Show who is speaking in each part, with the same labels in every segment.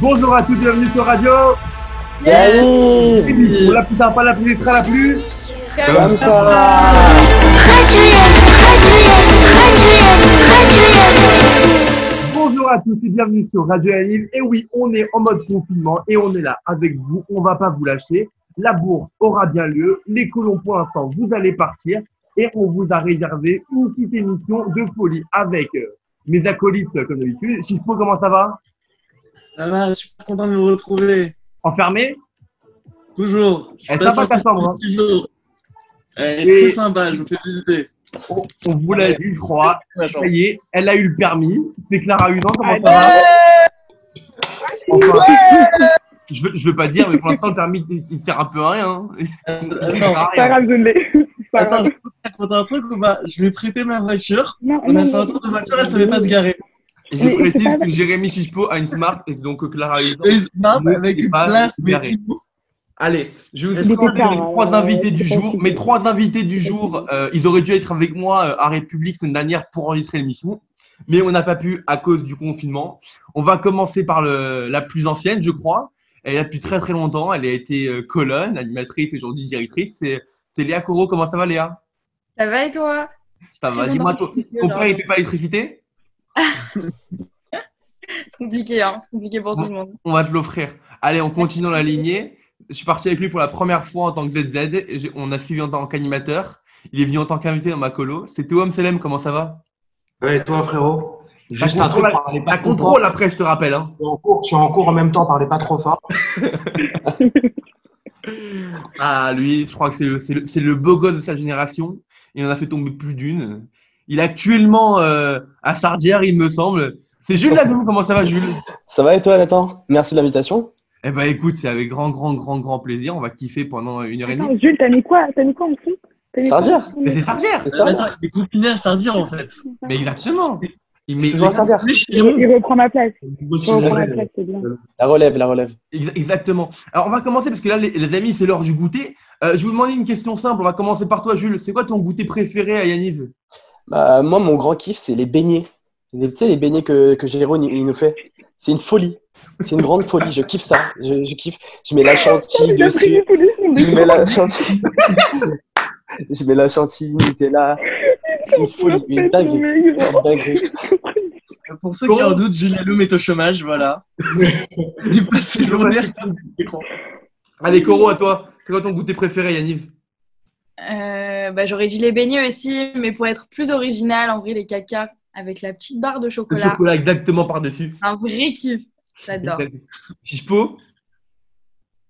Speaker 1: Bonjour à tous, bienvenue sur Radio.
Speaker 2: Salut
Speaker 1: Pour la plus sympa, la plus extra, la plus.
Speaker 2: Comme ça
Speaker 1: Bonjour à tous et bienvenue sur Radio Anime. Et oui, on est en mode confinement et on est là avec vous. On va pas vous lâcher. La bourse aura bien lieu. Les colons, pour l'instant, vous allez partir. Et on vous a réservé une petite émission de folie avec euh, mes acolytes, euh, comme d'habitude. Chispo, comment ça va
Speaker 2: Ça va, je suis content de vous retrouver.
Speaker 1: Enfermé
Speaker 2: Toujours. Je suis
Speaker 1: Elle
Speaker 2: pas
Speaker 1: est sympa,
Speaker 2: sorti
Speaker 1: ta chambre, hein.
Speaker 2: depuis toujours. Elle est
Speaker 1: Et-
Speaker 2: très sympa, je me fais visiter.
Speaker 1: on, on vous l'a dit, je crois.
Speaker 2: Ma
Speaker 1: Ça
Speaker 2: chambre.
Speaker 1: y est, elle a eu le permis. C'est Clara Hudon, comment ça va Enfin, je, veux, je veux pas dire, mais pour l'instant, le permis, il, il sert un peu à rien. hein.
Speaker 2: Euh,
Speaker 1: Il sert
Speaker 2: Attends,
Speaker 1: à
Speaker 3: C'est pas
Speaker 1: rien.
Speaker 3: grave, je l'ai. C'est pas
Speaker 2: attends, je
Speaker 3: grave.
Speaker 2: peux te raconter un truc ou pas Je lui ai prêté ma voiture.
Speaker 3: Non,
Speaker 2: On a
Speaker 3: non,
Speaker 2: fait un tour de voiture, elle savait pas se garer.
Speaker 4: Et
Speaker 3: Mais
Speaker 4: je
Speaker 3: c'est
Speaker 4: précise
Speaker 3: pas-
Speaker 4: que Jérémy Chispo a une Smart et que donc Clara Hulot-
Speaker 2: Et il se marre
Speaker 4: Ne
Speaker 2: avec
Speaker 4: sais
Speaker 2: une
Speaker 4: pas
Speaker 2: place,
Speaker 4: se
Speaker 2: mais
Speaker 4: garer. Allez, je vous
Speaker 2: Mais
Speaker 4: explique
Speaker 3: c'est ça,
Speaker 4: les
Speaker 3: hein,
Speaker 4: trois
Speaker 3: euh,
Speaker 4: invités du
Speaker 3: c'est
Speaker 4: jour.
Speaker 3: facile.
Speaker 4: Mes trois invités du jour, euh, ils auraient dû être avec moi euh, à République semaine dernière pour enregistrer l'émission, mais on n'a pas pu à cause du confinement. On va commencer par le, la plus ancienne, je crois. Elle est là depuis très très longtemps. Elle a été euh, colonne, animatrice, aujourd'hui directrice. C'est c'est Léa Corot. Comment ça va, Léa
Speaker 5: Ça va et toi
Speaker 4: Ça va. Dis-moi, ton ton
Speaker 3: hein.
Speaker 4: père, il
Speaker 5: C'est
Speaker 4: paye pas l'électricité
Speaker 5: compliqué, hein. C'est compliqué pour tout le monde.
Speaker 4: On va te l'offrir. Allez, on continue dans la lignée. Je suis parti avec lui pour la première fois en tant que ZZ. et j'ai- On a suivi en tant qu'animateur. Il est venu en tant qu'invité dans ma colo. C'est Théo Selem, comment ça va
Speaker 6: Ouais, et toi, frérot? Juste
Speaker 4: La
Speaker 6: un truc,
Speaker 4: contrôle-
Speaker 6: parlez pas
Speaker 4: La
Speaker 6: trop
Speaker 4: contrôle
Speaker 6: fort.
Speaker 4: après, je te rappelle. hein.
Speaker 6: Je suis en cours, je suis en cours en même temps, parlez pas trop fort.
Speaker 4: Ah, lui, je crois que c'est le, c'est le- c'est le beau gosse de sa génération. Il en a fait tomber plus d'une. Il est actuellement euh, à Sardière, il me semble. C'est Jules Lagoum, comment ça va, Jules
Speaker 7: Ça va et toi, Nathan Merci de l'invitation.
Speaker 4: Eh ben, écoute, c'est avec grand, grand, grand, grand plaisir. On va kiffer pendant une heure et
Speaker 7: Ah
Speaker 3: Attends,
Speaker 4: demie.
Speaker 3: Jules, t'as mis quoi T'as mis quoi en dessous T'as mis
Speaker 7: Ça veut
Speaker 3: quoi en
Speaker 7: dire
Speaker 3: dessous
Speaker 4: Mais c'est Sardière
Speaker 7: C'est ça
Speaker 2: Attends, il est confiné à Euh, Sardir en fait.
Speaker 4: Mais exactement Il met-
Speaker 7: Toujours à Sardière.
Speaker 3: Il reprend ma place. Il reprend ma
Speaker 6: Vas-y,
Speaker 3: place, c'est bien.
Speaker 7: La relève, la relève.
Speaker 4: Ex- Exactement. Alors, on va commencer parce que là, les, les amis, c'est l'heure du goûter. Euh, je vais vous demander une question simple. On va commencer par toi, Jules. C'est quoi ton goûter préféré à Yaniv
Speaker 7: Bah, moi, mon grand kiff, c'est les beignets. Les- Tu sais, les beignets que, que Jérôme il, il nous fait. C'est une folie. C'est une grande folie. Je kiffe ça. Je, je kiffe. Je mets la chantilly
Speaker 3: Il a pris
Speaker 7: dessus.
Speaker 3: les policiers,
Speaker 7: Je mets la chantilly. je mets la chantilly, Nutella. C'est une folie,
Speaker 3: il a
Speaker 7: une
Speaker 3: fait son
Speaker 7: dinguerie.
Speaker 3: mec, genre.
Speaker 7: Une dinguerie.
Speaker 2: Pour ceux qui en doutent, Julien Loume est au chômage, voilà. Il passe ses journées à face de l'écran. Ah
Speaker 4: Allez, Coro, à toi. C'est quoi ton goûter préféré à Yaniv
Speaker 5: Euh, bah, J'aurais dit les beignets aussi, mais pour être plus original, en vrai, les cacas avec la petite barre de
Speaker 4: Le
Speaker 5: chocolat.
Speaker 4: chocolat, exactement par-dessus.
Speaker 5: Un vrai kiff. J'adore.
Speaker 4: Chispo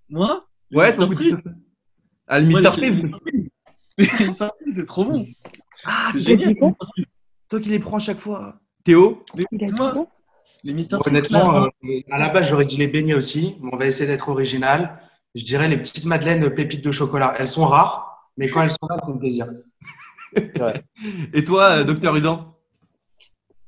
Speaker 2: Moi
Speaker 4: Ouais, ton
Speaker 2: Mr.
Speaker 4: goûter.
Speaker 2: Freeze.
Speaker 4: Ah, le
Speaker 2: Moi,
Speaker 4: Mr.
Speaker 2: le-
Speaker 4: Freeze.
Speaker 2: Mais ça, c'est trop bon.
Speaker 4: Ah,
Speaker 2: C'est
Speaker 4: c'est
Speaker 3: Il a
Speaker 2: génial.
Speaker 3: dit quoi
Speaker 4: toi qui les prends à chaque fois. Théo
Speaker 3: Il a dit
Speaker 2: Moi,
Speaker 3: quoi
Speaker 2: Les Mr. Freeze,
Speaker 6: Honnêtement,
Speaker 2: clairement.
Speaker 6: euh, à la base, j'aurais dit les beignets aussi, mais on va essayer d'être original. Je dirais les petites madeleines pépites de chocolat. Elles sont rares, mais quand elles sont là, c'est un plaisir.
Speaker 4: Et toi, euh, Docteur Udan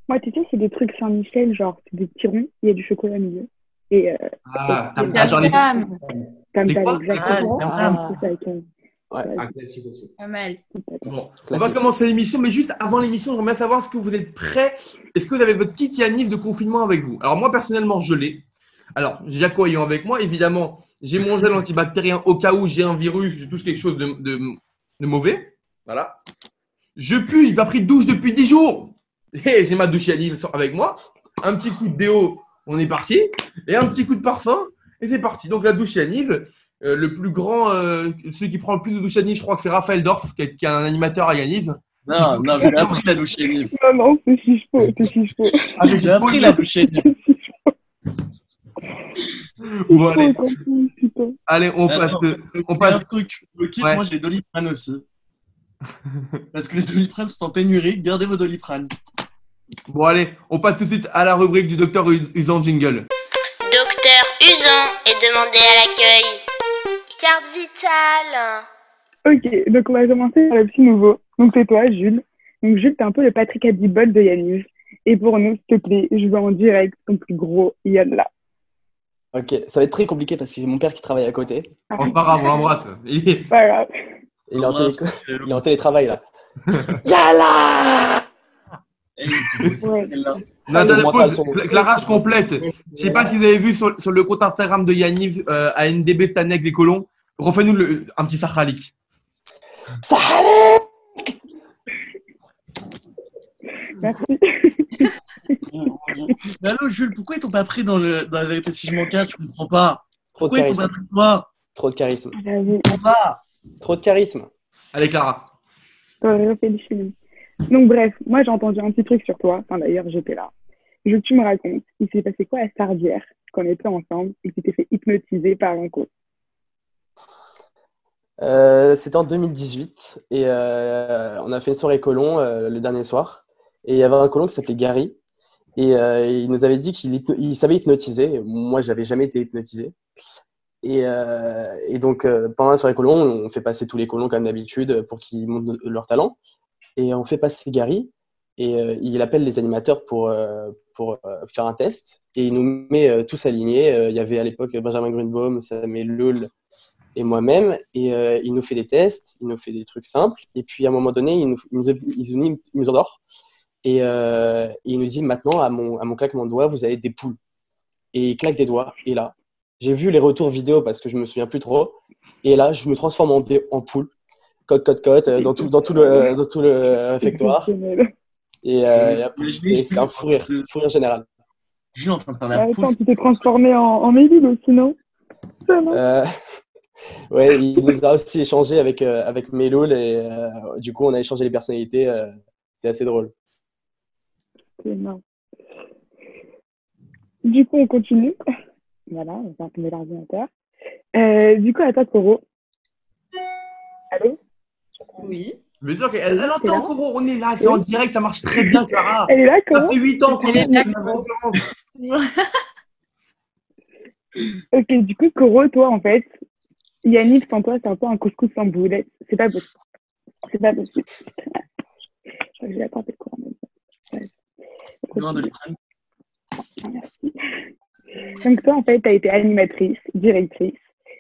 Speaker 3: Moi, tu sais, c'est des trucs Saint-Michel, genre, c'est des petits ronds, il y a du chocolat au milieu. Et euh,
Speaker 6: Ah, t'as-
Speaker 5: Les
Speaker 4: Ah, genre les-
Speaker 5: cacas,
Speaker 3: comme
Speaker 4: Mais
Speaker 3: ça,
Speaker 4: quoi
Speaker 3: exactement.
Speaker 2: Ah,
Speaker 3: Ah, c'est ça, avec un-
Speaker 6: un classique aussi.
Speaker 5: pas mal.
Speaker 4: Bon, on va
Speaker 7: Classique.
Speaker 4: commencer l'émission, mais juste avant l'émission, j'aimerais bien savoir ce que vous êtes prêts. Est-ce que vous avez votre kit Yanif de confinement avec vous Alors moi personnellement, je l'ai. Alors j'ai aquarium avec moi, évidemment. J'ai mon gel antibactérien au cas où j'ai un virus, je touche quelque chose de, de- de mauvais. Voilà. Je pue, j'ai pas pris de douche depuis 10 jours. Et j'ai ma douche Yanif avec moi. Un petit coup de déo, on est parti. Et un petit coup de parfum, et c'est parti. Donc la douche Yanif, euh, le plus grand, euh, celui qui prend le plus de douche à Niv, je crois que c'est Raphaël Dorf, qui est, qui est un animateur à Yaniv.
Speaker 2: Non, non, je l'ai appris la douche Yanniv.
Speaker 3: Non, non, c'est chiche-faux, c'est chiche-faux.
Speaker 4: Ah, mais
Speaker 2: J'ai appris la douche Yanniv.
Speaker 4: Bon, allez,
Speaker 3: Oh, tranquille, putain.
Speaker 4: allez, on passe.
Speaker 2: Attends.
Speaker 4: on
Speaker 2: Il y a un
Speaker 4: passe.
Speaker 2: truc, le kit,
Speaker 4: Ouais.
Speaker 2: moi j'ai Doliprane aussi. Parce que les Doliprane sont en pénurie, gardez vos Doliprane.
Speaker 4: Bon, allez, on passe tout de suite à la rubrique du docteur Usan Jingle.
Speaker 8: Docteur Usan est demandé à l'accueil. Carte vitale.
Speaker 3: Ok, donc on va commencer par le petit nouveau. Donc c'est toi, Jules. Donc Jules, t'es un peu le Patrick Adibol de Yanniv. Et pour nous, s'il te plaît, je veux en direct ton plus gros Yann là.
Speaker 7: Ok, ça va être très compliqué parce que j'ai mon père qui travaille à côté.
Speaker 4: Bon, c'est pas grave, on l'embrasse. Il est-
Speaker 3: Pas grave.
Speaker 7: Il est en,
Speaker 2: Embrasse,
Speaker 7: télé-
Speaker 2: c'est le-
Speaker 7: il est en télétravail là. Yala
Speaker 2: Eh, il est tout beau,
Speaker 3: Ouais.
Speaker 2: celle-là.
Speaker 4: Nathalie Pose,
Speaker 7: Augmentation.
Speaker 4: Cla- Clarage complète. Je sais pas si vous avez vu sur, sur le compte Instagram de Yaniv euh, à NDB cette année avec les colons. Refais-nous le- un petit Sahalik.
Speaker 7: Ça allait
Speaker 3: Merci.
Speaker 2: Mais allô, Jules, pourquoi ils t'ont pas pris dans, le, dans la vérité si je m'en cache Je comprends pas.
Speaker 7: Trop de
Speaker 2: Pourquoi ils t'ont pas
Speaker 7: charisme.
Speaker 2: pris toi
Speaker 7: Trop de charisme.
Speaker 3: J'avoue,
Speaker 7: Trop de charisme.
Speaker 4: Allez, Clara.
Speaker 3: t'aurais refait du film. Donc bref, moi j'ai entendu un petit truc sur toi. Enfin d'ailleurs, j'étais là. Je veux que tu me racontes, il s'est passé quoi à Sardière quand on était ensemble et que tu t'es fait hypnotiser par un coup.
Speaker 7: Euh, c'était en 2018 et euh, on a fait une soirée colon euh, le dernier soir. Et il y avait un colon qui s'appelait Gary et euh, il nous avait dit qu'il hypno- il savait hypnotiser. Moi, j'avais jamais été hypnotisé. Et, euh, et donc, euh, pendant la soirée colon, on fait passer tous les colons comme d'habitude pour qu'ils montrent leur talent. Et on fait passer Gary et euh, il appelle les animateurs pour, euh, pour euh, faire un test. Et il nous met euh, tous alignés. Euh, Il y avait à l'époque Benjamin Grunbaum, Samuel Lul, et moi-même. Et euh, il nous fait des tests, il nous fait des trucs simples. Et puis à un moment donné, il nous, il nous, il nous- il nous endort. Et euh, il nous dit maintenant, à mon, à mon claquement de doigts, vous avez des poules. Et il claque des doigts. Et là, j'ai vu les retours vidéo parce que je me souviens plus trop. Et là, je me transforme en, bé- en poule. Cote, cote, cote, euh, dans tout, dans tout le, dans tout le réfectoire.
Speaker 3: Exceptionnel.
Speaker 7: Et, euh, et après,
Speaker 2: Imaginez,
Speaker 7: c'est c'est un fou rire, fou rire général.
Speaker 2: Jules est en train de faire la
Speaker 3: Attends,
Speaker 2: poule.
Speaker 3: tu t'es transformé en, en Mélile aussi, non Ça, non
Speaker 7: Euh, ouais, il nous a aussi échangé avec, euh, avec Meloul et euh, du coup, on a échangé les personnalités. euh, C'était assez drôle.
Speaker 3: C'est énorme. Du coup, on continue. Voilà, on va fermer l'ordinateur. Euh, du coup, attends, Coro. Allô
Speaker 5: Oui.
Speaker 4: Bien sûr qu'elle elle
Speaker 3: C'est là.
Speaker 4: entend, Coro. On est là, c'est en direct, ça marche très bien, Clara.
Speaker 3: Elle est là,
Speaker 4: Ça
Speaker 3: Coro
Speaker 4: fait 8 ans qu'on
Speaker 5: Elle est
Speaker 4: est
Speaker 5: là,
Speaker 4: dans la
Speaker 5: Coro.
Speaker 4: conférence.
Speaker 3: Ok, du coup, Coro, toi, en fait, Yannick, sans toi, c'est un peu un couscous sans boulette. C'est pas possible. C'est pas possible. Je crois que j'ai la portée de Coro. en même temps. Bref.
Speaker 2: Non, de lui prendre.
Speaker 3: Donc toi, en fait, tu as été animatrice, directrice,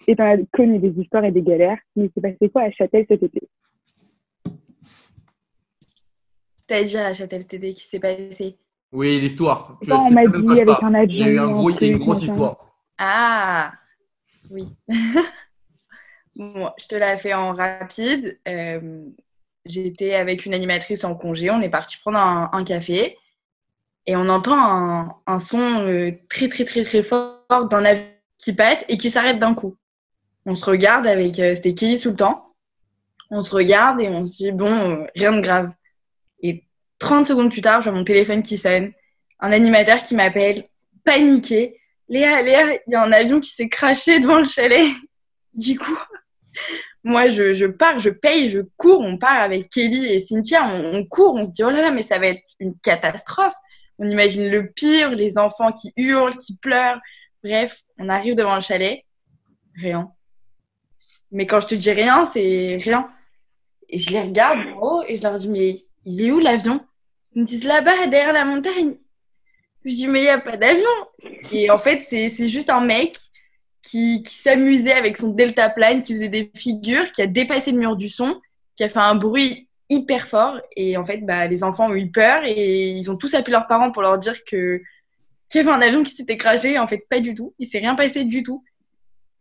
Speaker 3: et tu as connu des histoires et des galères. Mais c'est passé quoi à Châtel cet été
Speaker 5: C'est-à-dire à Châtel TD qui s'est passé.
Speaker 4: Oui, l'histoire. Tu-
Speaker 3: Toi,
Speaker 4: tu
Speaker 3: on
Speaker 4: sais
Speaker 3: m'a
Speaker 4: même de quoi
Speaker 3: dit
Speaker 4: je
Speaker 3: avec
Speaker 4: parle.
Speaker 3: un
Speaker 4: Il
Speaker 3: avion.
Speaker 4: y a eu un gros, il y a eu une
Speaker 3: truc,
Speaker 4: grosse
Speaker 3: machin.
Speaker 4: histoire.
Speaker 5: Ah oui. Bon, je te la fais en rapide. Euh, J'étais avec une animatrice en congé. On est parti prendre un, un café et on entend un, un son euh, très très très très fort d'un avion qui passe et qui s'arrête d'un coup. On se regarde avec euh, c'était Kelly sous le temps. On se regarde et on se dit bon euh, rien de grave. Et 30 secondes plus tard, j'ai mon téléphone qui sonne. Un animateur qui m'appelle paniqué. Léa, Léa, il y a un avion qui s'est craché devant le chalet. Du coup, moi, je, je pars, je paye, je cours. On part avec Kelly et Cynthia. On, on court, on se dit, oh là là, mais ça va être une catastrophe. On imagine le pire, les enfants qui hurlent, qui pleurent. Bref, on arrive devant le chalet. Rien. Mais quand je te dis rien, c'est rien. Et je les regarde en haut et je leur dis, mais il est où l'avion Ils me disent, là-bas, derrière la montagne. Je dis, mais il n'y a pas d'avion. Et en fait, c'est c'est juste un mec qui, qui s'amusait avec son deltaplane, qui faisait des figures, qui a dépassé le mur du son, qui a fait un bruit hyper fort. Et en fait, bah, les enfants ont eu peur et ils ont tous appelé leurs parents pour leur dire que qu'il y avait un avion qui s'était crashé. En fait, pas du tout. Il s'est rien passé du tout.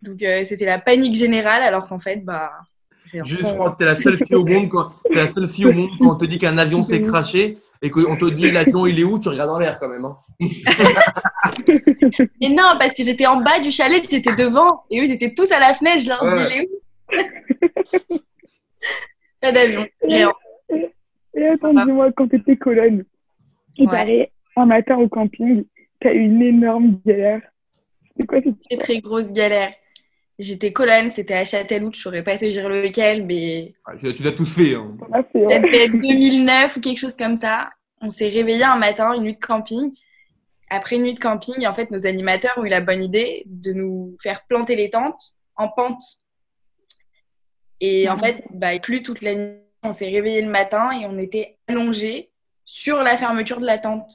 Speaker 5: Donc, euh, c'était la panique générale, alors qu'en fait, bah, rien.
Speaker 4: Juste, je crois que t'es la seule fille au monde quand t'es la seule fille au monde quand on te dit qu'un avion
Speaker 5: Mhm.
Speaker 4: s'est craché et qu'on te dit l'avion il est où, tu regardes en l'air quand même. hein.
Speaker 5: Mais non, parce que j'étais en bas du chalet, j'étais devant. Et eux, ils étaient tous à la fenêtre. Je leur
Speaker 4: Ouais.
Speaker 5: dis, les où Pas d'avion. Rien.
Speaker 3: Et attends, dis-moi, quand t'étais colonne, il
Speaker 5: Ouais.
Speaker 3: paraît, un matin au camping, t'as eu une énorme galère. C'est quoi cette
Speaker 5: Très, très grosse galère. J'étais colonne, c'était à Châteloup, je saurais pas te dire lequel, mais
Speaker 4: Ah, Tu, tu l'as tous fait. hein.
Speaker 3: histoire Ah, C'est ouais.
Speaker 5: c'était 2009 ou quelque chose comme ça. On s'est réveillé un matin, une nuit de camping. Après une nuit de camping, en fait, nos animateurs ont eu la bonne idée de nous faire planter les tentes en pente. Et en fait, bah, il plut toute la nuit. On s'est réveillé le matin et on était allongés sur la fermeture de la tente.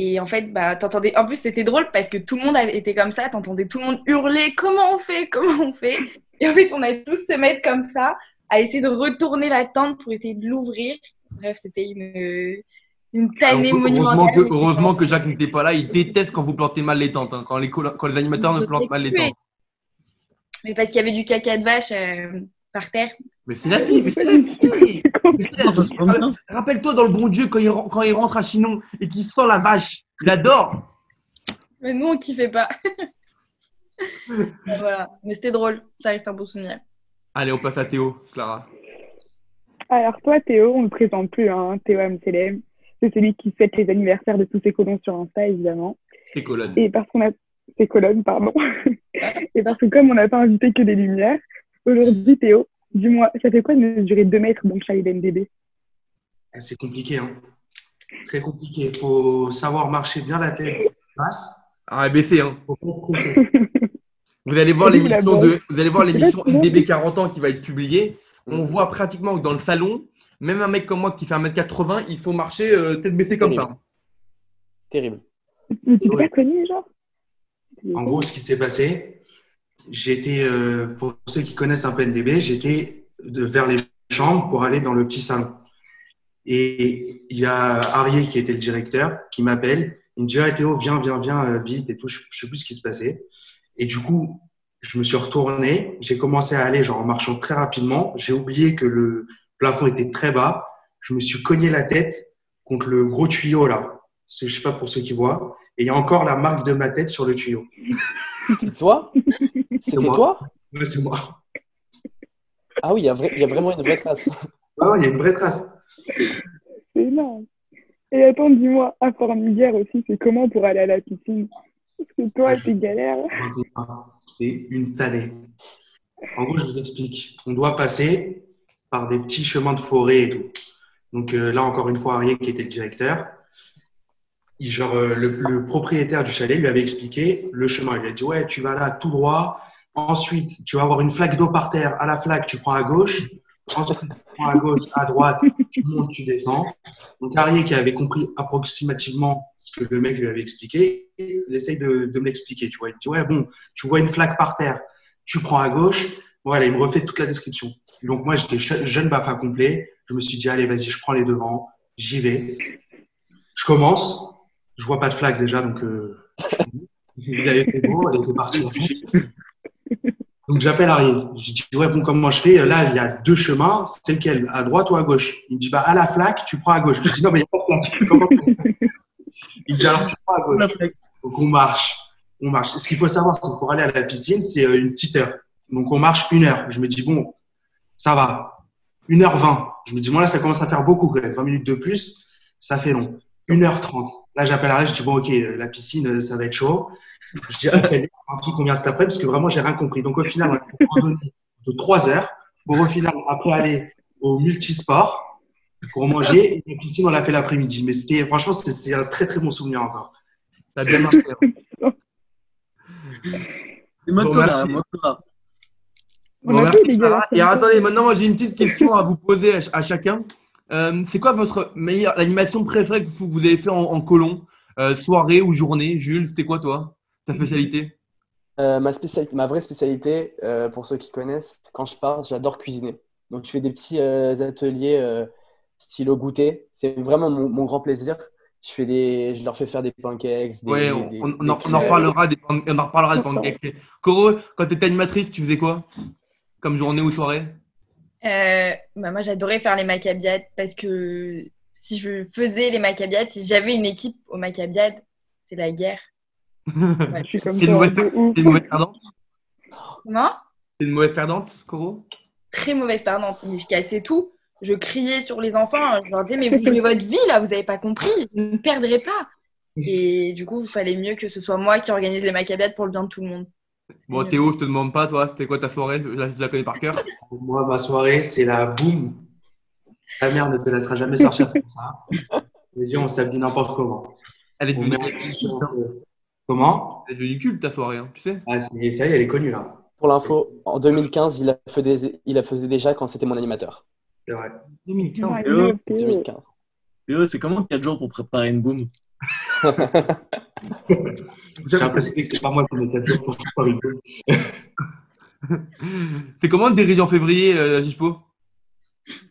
Speaker 5: Et en fait, bah, t'entendais. En plus, c'était drôle parce que tout le monde avait- était comme ça. T'entendais tout le monde hurler Comment on fait Comment on fait Et en fait, on allait tous se mettre comme ça à essayer de retourner la tente pour essayer de l'ouvrir. Bref, c'était une, Une tannée
Speaker 4: Alors, Ah, heureusement
Speaker 5: monumentale.
Speaker 4: que,
Speaker 5: mais c'est
Speaker 4: heureusement
Speaker 5: vraiment-
Speaker 4: que Jacques n'était pas là. Il déteste quand vous plantez mal les tentes, hein, quand, les, colo- quand les animateurs ne
Speaker 5: Je
Speaker 4: plantent
Speaker 5: l'ai
Speaker 4: mal les
Speaker 5: tué.
Speaker 4: tentes.
Speaker 5: Mais parce qu'il y avait du caca de vache euh, par terre.
Speaker 4: Mais c'est la vie, mais c'est la vie.
Speaker 2: Putain, ça se prend bien.
Speaker 4: Rappelle-toi dans le bon Dieu quand il, ren- quand il rentre à Chinon et qu'il sent la vache. Il adore.
Speaker 5: Mais nous, on kiffait pas. voilà. Mais c'était drôle. Ça reste un bon souvenir.
Speaker 4: Allez, on passe à Théo, Clara.
Speaker 3: Alors toi, Théo, on ne le présente plus, hein, Théo MCLM. C'est celui qui fête les anniversaires de tous ses colons sur Insta, évidemment.
Speaker 4: Tes colonnes.
Speaker 3: Et parce qu'on a ses colonnes, pardon. Et parce que comme on n'a pas invité que des lumières, aujourd'hui, Théo, dis-moi, ça fait quoi de mesurer 2 mètres dans le chalet d'NDB
Speaker 6: Ah, C'est compliqué, hein. Très compliqué. Il faut savoir marcher bien la tête basse.
Speaker 4: Ah, baissé, hein.
Speaker 6: Faut pas presser.
Speaker 4: Vous allez voir
Speaker 3: Oui, la
Speaker 4: l'émission
Speaker 3: bonne.
Speaker 4: de, vous allez voir
Speaker 3: C'est
Speaker 4: l'émission
Speaker 3: vrai, c'est vrai.
Speaker 4: MDB 40 ans qui va être publiée. On voit pratiquement que dans le salon, même un mec comme moi qui fait 1m80, il faut marcher euh, tête baissée comme ça.
Speaker 7: Terrible.
Speaker 3: Mais tu t'es
Speaker 6: Ouais.
Speaker 3: pas connu, genre
Speaker 6: En gros, ce qui s'est passé, j'étais, euh, pour ceux qui connaissent un peu NDB, j'étais de, vers les chambres pour aller dans le petit salon. Et il y a Arié qui était le directeur qui m'appelle. Il me dit ah, Théo, viens, viens, viens, euh, vite et tout. Je, je sais plus ce qui se passait. Et du coup, je me suis retourné. J'ai commencé à aller genre en marchant très rapidement. J'ai oublié que le plafond était très bas. Je me suis cogné la tête contre le gros tuyau là. Ce- Je sais pas pour ceux qui voient. Et il y a encore la marque de ma tête sur le tuyau.
Speaker 7: C'était toi C'était
Speaker 6: moi.
Speaker 7: toi
Speaker 6: Ouais, c'est moi.
Speaker 7: Ah oui, il y, a vrai- il y a vraiment une vraie trace.
Speaker 6: Ouais, ouais, il y a une vraie trace.
Speaker 3: C'est énorme. Et attends, dis-moi, à Formiguère aussi, c'est comment pour aller à la piscine Parce que toi, c'est galère.
Speaker 6: C'est une tannée. En gros, je vous explique. On doit passer par des petits chemins de forêt et tout. Donc euh, là, encore une fois, Arié, qui était le directeur, il- genre, euh, le, le propriétaire du chalet lui avait expliqué le chemin. Il lui a dit Ouais, tu vas là tout droit. Ensuite, tu vas avoir une flaque d'eau par terre. À la flaque, tu prends à gauche. Ensuite, tu prends à gauche, à droite, tu montes, tu descends. Donc, Arié, qui avait compris approximativement ce que le mec lui avait expliqué, il essaye de, de me l'expliquer. Tu vois, il dit Ouais, bon, tu vois une flaque par terre, tu prends à gauche. Voilà, il me refait toute la description. Donc, moi, j'étais che- jeune baffin complet. Je me suis dit Allez, vas-y, je prends les devants, j'y vais. Je commence. Je vois pas de flaque déjà, donc euh, il avait fait beau, elle était partie. à fond. Donc j'appelle Ariel. Je dis ouais bon comment je fais Là il y a deux chemins, c'est lequel À droite ou à gauche Il me dit bah à la flaque, tu prends à gauche. Je dis non mais il n'y a pas de flaque. Comment tu fais Il me dit alors tu prends à gauche. Donc on marche, on marche. Ce qu'il faut savoir c'est que pour aller à la piscine c'est euh, une petite heure. Donc on marche une heure. Je me dis bon ça va. 1h20. Je me dis bon là ça commence à faire beaucoup quand même. 20 minutes de plus, ça fait long. 1h30. Là j'appelle Ariel, je dis bon ok euh, la piscine euh, ça va être chaud. Je dis appelle un truc qu'on vient cet après parce que vraiment j'ai rien compris. Donc au final, on a fait une randonnée de 3 heures pour au final après aller au multisport pour manger et la piscine on l'a fait l'après-midi. Mais c'était franchement c'est- c'est un très très bon souvenir encore.
Speaker 4: T'as bien marché. hein.
Speaker 2: Et moi,
Speaker 4: Bon,
Speaker 2: toi, là,
Speaker 4: merci.
Speaker 2: moi, toi, là.
Speaker 3: On
Speaker 4: Bon,
Speaker 3: a
Speaker 4: merci,
Speaker 3: tous des
Speaker 4: Clara.
Speaker 3: galères.
Speaker 4: Ah, Et attendez, maintenant, moi, j'ai une petite question à vous poser à, ch- à chacun. Euh, c'est quoi votre meilleure animation préférée que vous, vous avez fait en, en colon Euh, Soirée ou journée Jules, c'était quoi, toi Ta spécialité
Speaker 7: Euh, ma, spécialité, ma vraie spécialité, euh, pour ceux qui connaissent, quand je pars, j'adore cuisiner. Donc, je fais des petits euh, ateliers euh, style au goûter. C'est vraiment mon, mon grand plaisir. Je, fais des, je leur fais faire des pancakes. Des,
Speaker 4: Ouais, on,
Speaker 7: des-
Speaker 4: on- on
Speaker 7: des
Speaker 4: en, on en
Speaker 7: crêpes.
Speaker 4: reparlera des, pan- on en reparlera des pancakes. Coro, quand t'étais animatrice, tu faisais quoi Comme journée ou soirée
Speaker 5: Euh, bah, moi, j'adorais faire les macabiades parce que si je faisais les macabiades, si j'avais une équipe aux macabiades, c'est la guerre.
Speaker 3: Je suis comme
Speaker 4: C'est
Speaker 3: ça,
Speaker 4: une
Speaker 3: hein,
Speaker 4: mauvaise,
Speaker 3: de ouf.
Speaker 4: t'es une mauvaise perdante
Speaker 5: Comment
Speaker 4: T'es une mauvaise perdante, Coro
Speaker 5: Très mauvaise perdante. Mais je cassais tout. Je criais sur les enfants. Je leur disais, mais vous jouez votre vie là, vous n'avez pas compris. Vous ne perdrez pas. Et du coup, il fallait mieux que ce soit moi qui organise les macabiades pour le bien de tout le monde.
Speaker 4: Bon, Théo, je te demande pas, toi, c'était quoi ta soirée je, la- je la connais par cœur.
Speaker 6: Moi ma soirée c'est la boum. Ta mère ne te laissera jamais sortir comme ça. Je veux dire, on s'habille n'importe comment.
Speaker 4: Elle est
Speaker 6: On
Speaker 4: devenue,
Speaker 6: met un t-shirt, euh, Comment
Speaker 4: elle est devenue culte, ta soirée, hein, tu sais
Speaker 6: ah, c'est- Ça y est, elle est connue là.
Speaker 7: Pour l'info, en 2015, il la faisait, il la faisait déjà quand c'était mon animateur.
Speaker 6: C'est vrai.
Speaker 4: 2015.
Speaker 3: Ouais,
Speaker 2: Théo.
Speaker 3: Théo.
Speaker 7: 2015.
Speaker 2: Théo, c'est comment 4 jours pour préparer une boum
Speaker 6: J'ai l'impression que c'est pas moi qui me tape pour faire une boum.
Speaker 4: C'est comment de diriger en février, euh, Gispo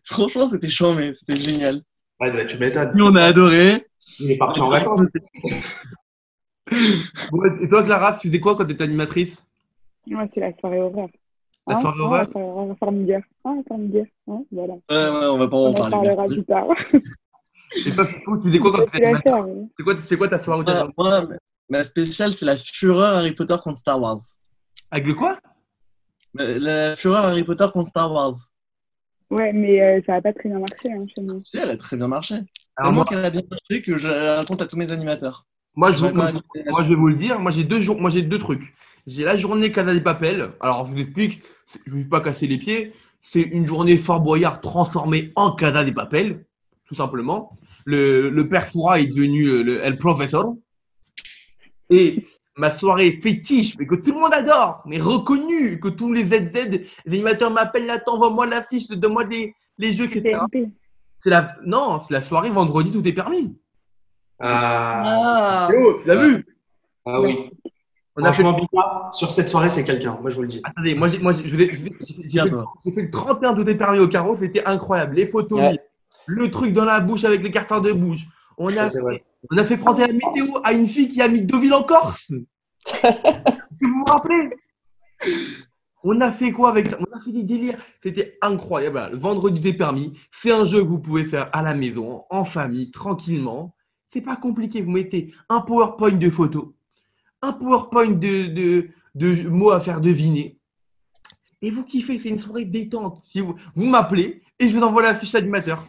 Speaker 2: Franchement, c'était chiant, mais c'était génial.
Speaker 6: Ouais, bah, tu m'étonnes.
Speaker 2: Nous, on a adoré.
Speaker 6: Il est parti en vacances. Euh,
Speaker 4: Bon, et toi, Clara, tu faisais quoi quand tu étais animatrice
Speaker 3: Ouais, c'est la soirée horreur.
Speaker 4: La
Speaker 3: Hein
Speaker 4: soirée
Speaker 3: Ah,
Speaker 4: horreur
Speaker 3: La soirée horreur, formidable. Ah, formidable. Hein, voilà.
Speaker 2: Ouais, ouais, on va pas en
Speaker 3: On en
Speaker 2: parler.
Speaker 3: parlera
Speaker 2: merci.
Speaker 3: plus tard.
Speaker 4: Et toi, Fifou, tu faisais quoi quand tu
Speaker 3: C'est
Speaker 4: étais
Speaker 3: la
Speaker 4: animatrice
Speaker 3: faire. oui.
Speaker 4: C'était quoi, c'était quoi ta soirée où t'avais-
Speaker 2: Moi, moi, ma spéciale, c'est la fureur Harry Potter contre Star Wars.
Speaker 4: Avec le quoi
Speaker 2: Euh, La fureur Harry Potter contre Star Wars.
Speaker 3: Ouais, mais euh, ça n'a pas très bien marché hein, chez nous.
Speaker 2: Tu sais, elle a très bien marché.
Speaker 4: Alors,
Speaker 2: Tellement
Speaker 4: Ah, moi,
Speaker 2: qu'elle a bien marché que je la raconte à tous mes animateurs.
Speaker 4: moi, je, vous-
Speaker 2: Vraiment,
Speaker 4: moi, je vais vous le dire. Moi, j'ai deux, jours- moi, j'ai deux trucs. J'ai la journée Casa des Papel. Alors, je vous explique. c'est- Je ne vais pas casser les pieds. C'est une journée Fort Boyard transformée en Casa des Papel, tout simplement. Le, le père Foura est devenu euh, le, El Professor. Et ma soirée fétiche, mais que tout le monde adore, mais reconnue, que tous les ZZ, les animateurs m'appellent, là, t'envoie-moi l'affiche, donne-moi les, les jeux, etc.
Speaker 3: PMP.
Speaker 4: C'est la, non, c'est la soirée vendredi, tout est permis. Euh,
Speaker 6: Ah,
Speaker 5: Ah.
Speaker 4: Théo, tu l'as vu
Speaker 6: ah oui.
Speaker 4: On a fait-
Speaker 6: Franchement, Bika, sur cette soirée, c'est quelqu'un. Moi, je vous le dis.
Speaker 4: Attendez, moi, j'ai, moi, j'ai- je vais- je vais- j'ai- j'ai fait,
Speaker 2: Regarde.
Speaker 4: j'ai fait le 31 de dépermis au carreau, c'était incroyable. Les photos,
Speaker 7: Ouais.
Speaker 4: libres, le truc dans la bouche avec les cartons de bouche. On a,
Speaker 6: C'est vrai.
Speaker 4: on a fait prendre la météo à une fille qui a mis Deauville en Corse. vous vous rappelez On a fait quoi avec ça On a fait des délires. C'était incroyable. Voilà, Le vendredi des permis, c'est un jeu que vous pouvez faire à la maison, en famille, tranquillement. C'est pas compliqué. Vous mettez un PowerPoint de photos, un PowerPoint de, de, de mots à faire deviner. Et vous kiffez, c'est une soirée détente. Si vous vous m'appelez et je vous envoie la fiche animateur.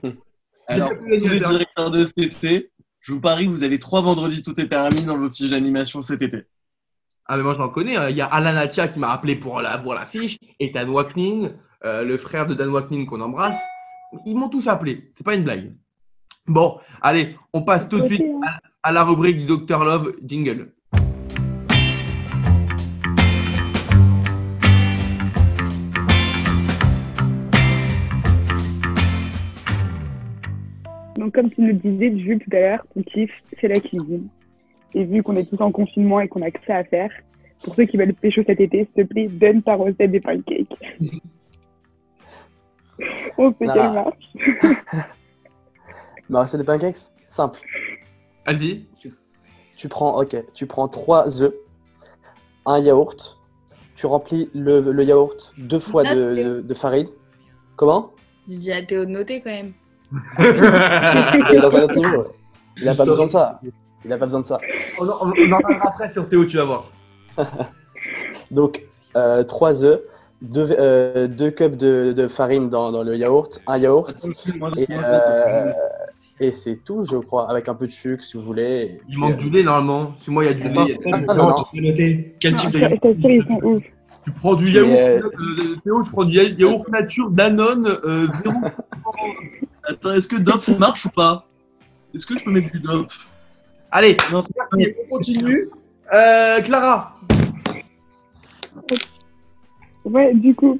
Speaker 2: Alors,
Speaker 4: Tous
Speaker 2: tous
Speaker 4: les
Speaker 2: les
Speaker 4: animateurs.
Speaker 2: directeurs de CT, je vous parie que vous avez trois vendredis tout est permis dans vos fiches d'animation cet été.
Speaker 4: Ah mais moi j'en connais, hein. il y a Alan Atia qui m'a appelé pour la, pour la fiche, et Dan Waknin, euh, le frère de Dan Waknin qu'on embrasse. Ils m'ont tous appelé, c'est pas une blague. Bon, allez, on passe tout de suite
Speaker 3: Ok, hein.
Speaker 4: à la rubrique du Dr Love Jingle.
Speaker 3: Donc, comme tu nous disais, Jules, tout à l'heure, ton kiff, c'est la cuisine. Et vu qu'on est tous en confinement et qu'on a que ça à faire, pour ceux qui veulent pécho cet été, s'il te plaît, donne ta recette des pancakes. On sait
Speaker 7: Ah.
Speaker 3: qu'elle marche.
Speaker 7: Ma recette de pancakes, simple.
Speaker 4: Vas-y.
Speaker 7: Tu prends, ok, tu prends trois œufs, un yaourt, tu remplis le, le yaourt deux fois de, de- de farine. Comment
Speaker 5: J'ai dit à Théo de noter quand même.
Speaker 3: Ah,
Speaker 7: Il est Ah, dans
Speaker 4: Ah.
Speaker 7: un autre niveau. Il n'a pas
Speaker 6: Stop.
Speaker 7: besoin de ça. Il n'a pas besoin de ça.
Speaker 4: on, en- on en parlera après sur Théo, tu vas voir.
Speaker 7: Donc, euh, trois œufs, deux, euh, deux cups de, de farine dans, dans le yaourt, un yaourt, et, euh, et c'est tout, je crois, avec un peu de sucre si vous voulez. et
Speaker 4: Il
Speaker 7: puis,
Speaker 4: manque
Speaker 7: euh,
Speaker 4: du lait normalement. Si moi il y a du lait, il y a du lait.
Speaker 7: non, non.
Speaker 6: J'ai noté. Quel type de yaourt
Speaker 3: T'as sûr, ils sont ouf.
Speaker 4: tu prends du
Speaker 7: Et,
Speaker 4: yaourt,
Speaker 7: euh,
Speaker 4: euh, Théo, tu prends du ya- yaourt nature Danone euh, zéro.
Speaker 2: Attends, est-ce que DOP ça marche ou pas Est-ce que je peux mettre du DOP
Speaker 4: Allez,
Speaker 2: Non, c'est
Speaker 4: merci, on continue. Euh, Clara,
Speaker 3: Ouais, du coup.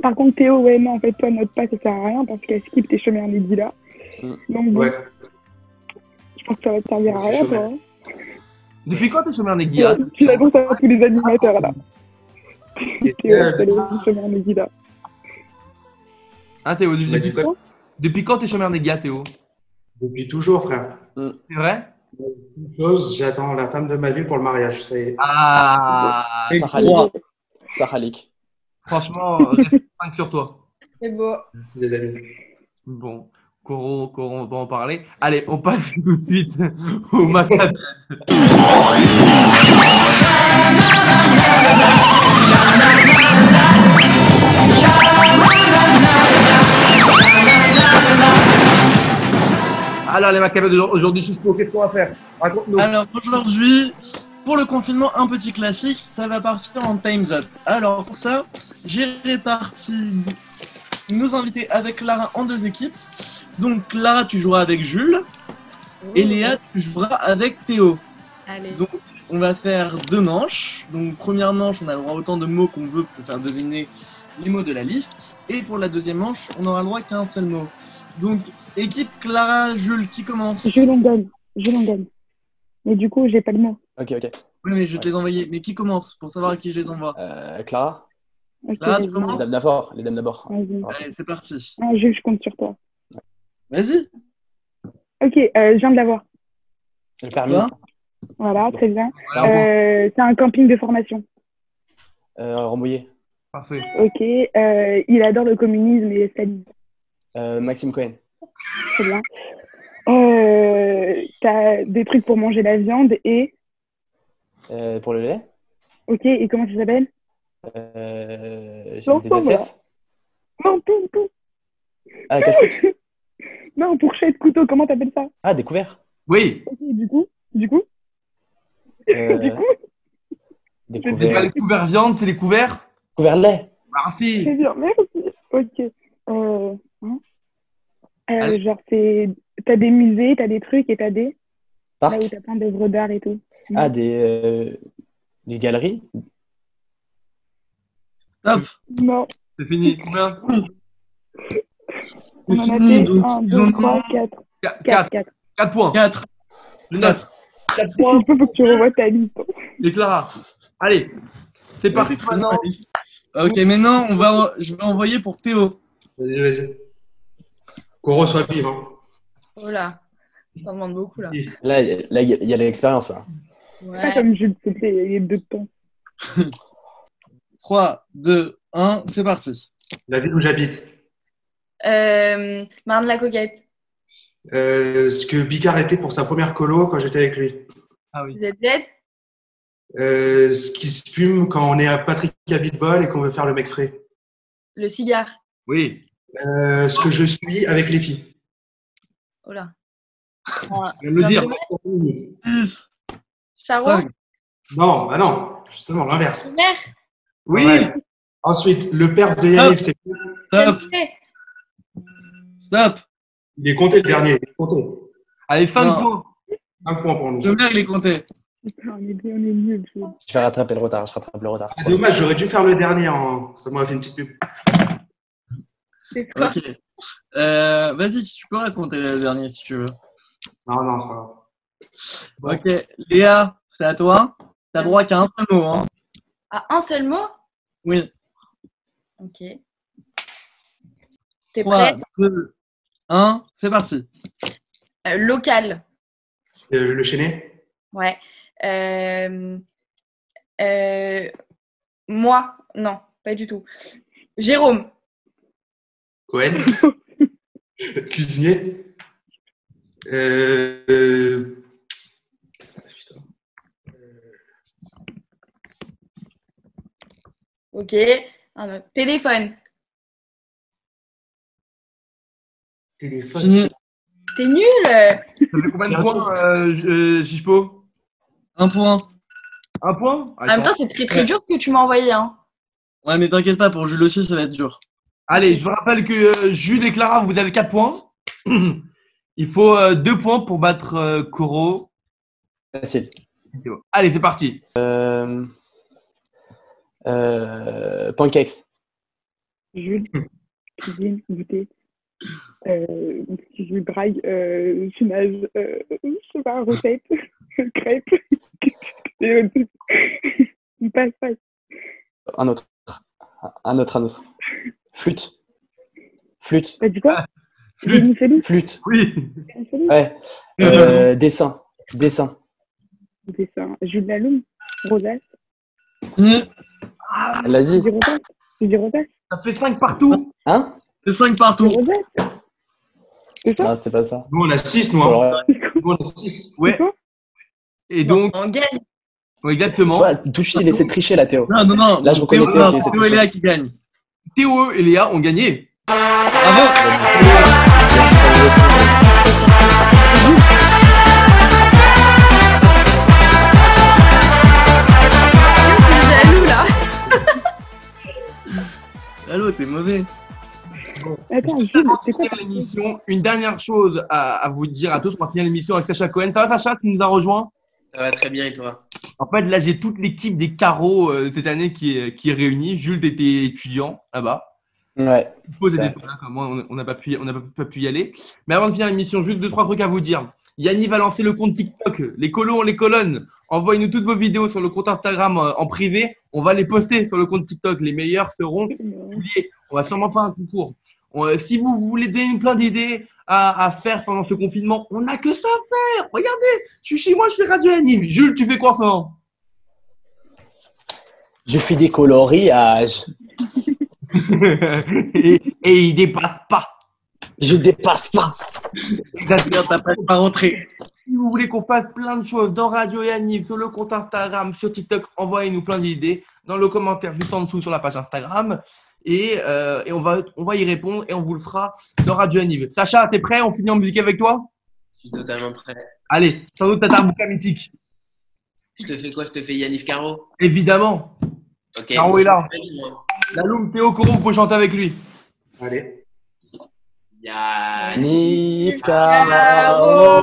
Speaker 3: Par contre, Théo, ouais, non, en fait, toi, note pas, ça sert à rien parce qu'elle skip tes chemins midi là.
Speaker 7: Mm.
Speaker 3: Donc, bon,
Speaker 6: Ouais.
Speaker 3: je pense que ça va te servir à rien,
Speaker 6: Chômage.
Speaker 3: toi. hein.
Speaker 4: depuis quand t'es chômeur en aiguille, hein
Speaker 3: Tu- Tu l'annonces à tous les animateurs, là. Théo,
Speaker 6: euh,
Speaker 3: c'est le chemin midi là.
Speaker 4: Hein, Théo,
Speaker 6: Tu m'as
Speaker 4: depuis,
Speaker 6: dit quoi
Speaker 4: depuis quand t'es chômeur négat, Théo
Speaker 6: Depuis toujours, frère.
Speaker 4: C'est vrai
Speaker 6: Une chose, j'attends la femme de ma vie pour le mariage. C'est
Speaker 4: Ah
Speaker 2: Et
Speaker 7: euh, Sahalik.
Speaker 2: trois.
Speaker 7: Sahalik.
Speaker 4: Franchement, reste 5 sur toi.
Speaker 5: C'est beau.
Speaker 6: les amis.
Speaker 4: Bon, Coro, Coro, on va en parler. Allez, on passe tout de suite au macabre. Alors, les macabres aujourd'hui, Chispo, qu'est-ce qu'on va faire Raconte-nous.
Speaker 2: Alors aujourd'hui, pour le confinement, un petit classique, ça va partir en Time's Up. Alors pour ça, j'ai réparti nos invités avec Clara en deux équipes. Donc Clara, tu joueras avec Jules, et Léa, tu joueras avec Théo.
Speaker 5: Allez.
Speaker 2: Donc, on va faire deux manches. Donc, première manche, on a le droit à autant de mots qu'on veut pour faire deviner les mots de la liste. Et pour la deuxième manche, on n'aura le droit qu'à un seul mot. Donc, équipe Clara, Jules, qui commence
Speaker 3: Je l'en donne, je l'en donne. Mais du coup, j'ai pas le mot.
Speaker 7: Ok, ok.
Speaker 2: Oui, mais je te les ai envoyés. Mais qui commence pour savoir à qui je les envoie
Speaker 7: Euh, Clara,
Speaker 3: Ok,
Speaker 2: Clara, tu
Speaker 3: vas-y,
Speaker 7: les
Speaker 2: commences
Speaker 7: dames d'abord. Les dames d'abord.
Speaker 3: Vas-y.
Speaker 7: Ok.
Speaker 2: Allez, c'est parti.
Speaker 3: Ah, Jules, je compte sur toi.
Speaker 2: Vas-y.
Speaker 3: Ok, euh, je viens de l'avoir.
Speaker 7: Le permis.
Speaker 2: Hein
Speaker 3: Voilà, très bien.
Speaker 4: Voilà, bon,
Speaker 3: Euh, c'est un camping de formation.
Speaker 7: Euh, Rambouillet.
Speaker 4: parfait.
Speaker 3: Ok, euh, il adore le communisme et Staline.
Speaker 7: Euh, Maxime Cohen.
Speaker 3: Très bien. Euh, T'as des trucs pour manger la viande et.
Speaker 7: Euh, pour le lait.
Speaker 3: Ok, et comment ça s'appelle
Speaker 7: Euh, j'ai
Speaker 3: L'ensemble,
Speaker 7: des assiettes.
Speaker 3: Non, tout, tout.
Speaker 7: Ah, cache
Speaker 3: Non, fourchette, couteau, comment t'appelles ça
Speaker 7: Ah, découvert.
Speaker 4: Oui,
Speaker 3: Ok, du coup, du coup, du
Speaker 7: Euh,
Speaker 3: coup,
Speaker 4: c'est pas
Speaker 7: découvert.
Speaker 4: les couverts viande, c'est les couverts. Bah,
Speaker 7: Couvert de lait.
Speaker 4: Merci.
Speaker 3: très bien, merci. Ok. Euh, hein Euh,
Speaker 4: Allez.
Speaker 3: genre, c'est- t'as des musées, t'as des trucs et t'as des. Là
Speaker 7: Parc.
Speaker 3: où t'as plein d'œuvres d'art et tout.
Speaker 7: Ah, des, euh, des galeries.
Speaker 2: Stop.
Speaker 3: Non,
Speaker 4: C'est fini. Combien
Speaker 2: C'est
Speaker 3: on en a
Speaker 2: fini,
Speaker 3: fait
Speaker 2: donc,
Speaker 3: 1,
Speaker 2: ils ont
Speaker 3: 2, 3, 4,
Speaker 4: 4.
Speaker 3: 4, 4.
Speaker 4: 4 points.
Speaker 2: 4.
Speaker 4: Je note. 4 points.
Speaker 3: Il faut que tu revoies ta liste.
Speaker 4: Et Clara. Allez, c'est parti maintenant.
Speaker 2: Ah, Ok, maintenant, on va, je vais envoyer pour Théo.
Speaker 6: Vas-y, vas-y. Coro soit vivant.
Speaker 5: Oh là, je t'en demande beaucoup là.
Speaker 7: Là, il y a- là, il y a- il y a l'expérience. Là.
Speaker 3: Pas
Speaker 5: Ouais.
Speaker 3: comme Jules, s'il te plaît, il y a deux temps.
Speaker 2: 3, 2, 1, c'est parti.
Speaker 6: La ville où j'habite.
Speaker 5: Euh, Marne la coquette.
Speaker 6: Euh, ce que Bicard était pour sa première colo quand j'étais avec lui.
Speaker 5: ZZ
Speaker 6: Euh, ce qui se fume quand on est à Patrick Abitbol et qu'on veut faire le mec frais.
Speaker 5: Le cigare.
Speaker 4: Oui.
Speaker 6: Euh, ce que je suis avec les filles.
Speaker 5: Oh là.
Speaker 4: Je viens de le
Speaker 5: Comme
Speaker 4: dire.
Speaker 5: le maire,
Speaker 2: 10,
Speaker 5: Charo
Speaker 2: 5,
Speaker 6: Non, bah non, justement l'inverse.
Speaker 5: Le maire
Speaker 4: Oui.
Speaker 6: Ouais. Ensuite, le perf de Yaniv, c'est
Speaker 2: stop, stop.
Speaker 6: il est compté le dernier. Il est compté.
Speaker 4: Allez, 5
Speaker 2: Non.
Speaker 4: points.
Speaker 6: Un point pour nous.
Speaker 2: Le maire, il est compté.
Speaker 3: Putain, on est bien, on est nuls. Jules.
Speaker 7: Je vais rattraper le retard. Je rattrape le retard.
Speaker 6: Ah, dommage, j'aurais dû faire le dernier. En... Ça m'aurait fait une petite pub.
Speaker 5: C'est quoi
Speaker 2: Ok. Euh, Vas-y, tu peux raconter le dernier si tu veux.
Speaker 6: Non, non, c'est pas grave.
Speaker 2: Ok, Léa, c'est à toi. T'as droit qu'à un seul mot. Hein.
Speaker 5: Ah, un seul mot
Speaker 2: Oui.
Speaker 5: Ok. T'es
Speaker 2: 3,
Speaker 5: prêt
Speaker 2: 2, 1, c'est parti.
Speaker 5: Euh, Local.
Speaker 6: Euh, le chaîné,
Speaker 5: Ouais. Euh, euh, moi Non, pas du tout. Jérôme.
Speaker 6: Cohen, cuisinier. Euh, euh, putain.
Speaker 5: Ok. Un autre. Téléphone.
Speaker 6: Téléphone.
Speaker 2: Fini.
Speaker 5: T'es nul euh.
Speaker 4: Ça fait combien de points, euh, J- euh, Jispo
Speaker 2: Un point.
Speaker 4: Un point
Speaker 5: En même temps, c'est très très dur ce que tu m'as envoyé. Hein.
Speaker 2: Ouais, mais t'inquiète pas, pour Jules aussi, ça va être dur.
Speaker 4: Allez, je vous rappelle que euh, Jules et Clara, vous avez 4 points. Il faut 2 points pour battre euh, Koro.
Speaker 7: Facile.
Speaker 4: Allez, c'est parti.
Speaker 7: Euh, euh, pancakes.
Speaker 3: Jules, cuisine, goûter. Euh, si je lui drague, euh, tu nages, euh, je sais pas, recette, crêpe. Et autre truc. Il passe, passe.
Speaker 7: Un autre. Un autre, un autre. Flûte. Flûte.
Speaker 3: T'as dit quoi
Speaker 4: Flûte.
Speaker 3: Jenny Félix,
Speaker 7: Flûte.
Speaker 4: Oui.
Speaker 3: Jenny Félix.
Speaker 7: Ouais. Euh, dessin. Dessin.
Speaker 3: Dessin. Jules Laloum, Rosace,
Speaker 2: Fini.
Speaker 7: Elle l'a dit.
Speaker 3: je dis Rosace, je dis Rosace,
Speaker 4: Ça fait 5 partout.
Speaker 7: Hein
Speaker 2: C'est 5
Speaker 3: je
Speaker 2: partout.
Speaker 3: dis Rosace. C'est ça
Speaker 7: Non, c'était pas ça.
Speaker 6: Nous, on a 6, nous. hein.
Speaker 7: Alors,
Speaker 6: Nous, on a 6.
Speaker 4: Ouais.
Speaker 3: quoi
Speaker 4: Et donc,
Speaker 5: On gagne.
Speaker 4: ouais, exactement.
Speaker 7: voilà, tout de suite, il essaie de tricher, là, Théo.
Speaker 2: Non, non, non.
Speaker 7: Là, je reconnais
Speaker 2: Théo,
Speaker 7: Théo
Speaker 2: non,
Speaker 7: qui essaie de
Speaker 2: Théo et
Speaker 7: tricher.
Speaker 2: Léa qui gagnent.
Speaker 4: Théo et Léa ont gagné.
Speaker 2: Bravo.
Speaker 5: C'est jaloux là.
Speaker 2: Allô, t'es mauvais.
Speaker 3: Attends,
Speaker 4: Juste
Speaker 3: Jules,
Speaker 4: avant de
Speaker 3: Ah, c'est quoi
Speaker 4: finir l'émission, une dernière chose à, à vous dire à tous. On va finir l'émission avec Sacha Cohen. Ça va, Sacha Tu nous as rejoint
Speaker 9: Ça va très bien et toi
Speaker 4: En fait, là, j'ai toute l'équipe des carreaux euh, cette année qui est, qui est réunie. Jules, t'étais étudiant là-bas.
Speaker 7: Ouais.
Speaker 4: poser
Speaker 7: Ça.
Speaker 4: des problèmes, comme moi, on- on n'a pas pu, on n'a pas, pas pu y aller. Mais avant de finir l'émission, juste deux, trois trucs à vous dire. Yannick va lancer le compte TikTok. Les colos ont les colonnes. Envoyez-nous toutes vos vidéos sur le compte Instagram euh, en privé. On va les poster sur le compte TikTok. Les meilleurs seront
Speaker 3: Non.
Speaker 4: publiés. On va sûrement faire un concours. On, euh, si vous voulez donner plein d'idées à, à faire pendant ce confinement. On n'a que ça à faire. Regardez, je suis chez moi, je fais radio anime. Jules, tu fais quoi hein en ce moment
Speaker 7: Je fais des coloriages.
Speaker 4: et, et il dépasse pas.
Speaker 7: Je dépasse pas.
Speaker 2: D'ailleurs, t'as pas pas rentré.
Speaker 4: Si vous voulez qu'on fasse plein de choses dans Radio et Anime, sur le compte Instagram, sur TikTok, envoyez-nous plein d'idées dans le commentaire juste en dessous sur la page Instagram. Et, euh, et on, va, on va y répondre et on vous le fera dans Radio Anime. Sacha, t'es prêt On finit en musique avec toi
Speaker 9: Je suis totalement prêt.
Speaker 4: Allez, sans doute t'as ta boucle mythique.
Speaker 9: Je te fais quoi Je te fais Yannick Caro
Speaker 4: Évidemment.
Speaker 9: Ok.
Speaker 7: Ah
Speaker 4: Caro est là. La Loum, Théo Coron, vous pouvez chanter avec lui.
Speaker 6: Allez.
Speaker 7: Ah,
Speaker 9: Yannick,
Speaker 7: Nif Caro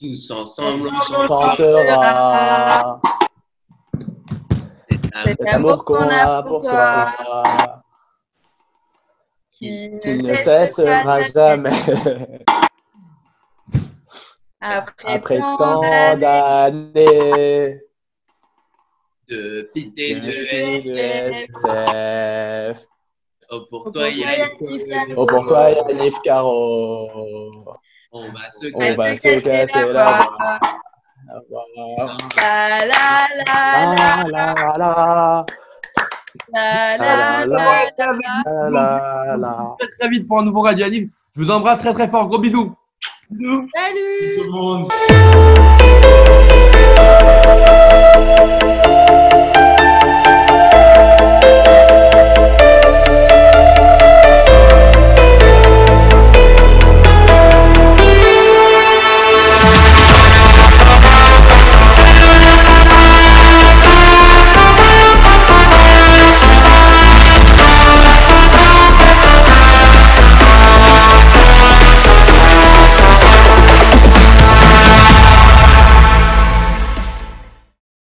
Speaker 9: tous ensemble, on chantera
Speaker 7: chantera
Speaker 9: cet amour
Speaker 7: cet amour qu'on a pour toi
Speaker 5: qui ne,
Speaker 7: qui ne cessera jamais.
Speaker 5: Après,
Speaker 7: Après
Speaker 5: tant
Speaker 7: tant
Speaker 5: d'années,
Speaker 7: d'années
Speaker 9: de piste et de haine.
Speaker 5: haine.
Speaker 7: de SF.
Speaker 9: Oh, pour
Speaker 5: pour
Speaker 9: toi,
Speaker 5: toi,
Speaker 9: Yannick,
Speaker 5: Yannick Caro.
Speaker 7: Oh pour toi Yanniff Caro,
Speaker 9: on va se
Speaker 7: on
Speaker 9: casser.
Speaker 7: va se casser la
Speaker 5: voix.
Speaker 7: voix.
Speaker 5: La la la
Speaker 7: La Ah, la la la, la.
Speaker 5: la la la la.
Speaker 7: la la la.
Speaker 4: Très très vite pour un nouveau Radio Anime. Je vous embrasse très très fort. Gros bisous. Bisous.
Speaker 5: Salut
Speaker 6: Tout le monde.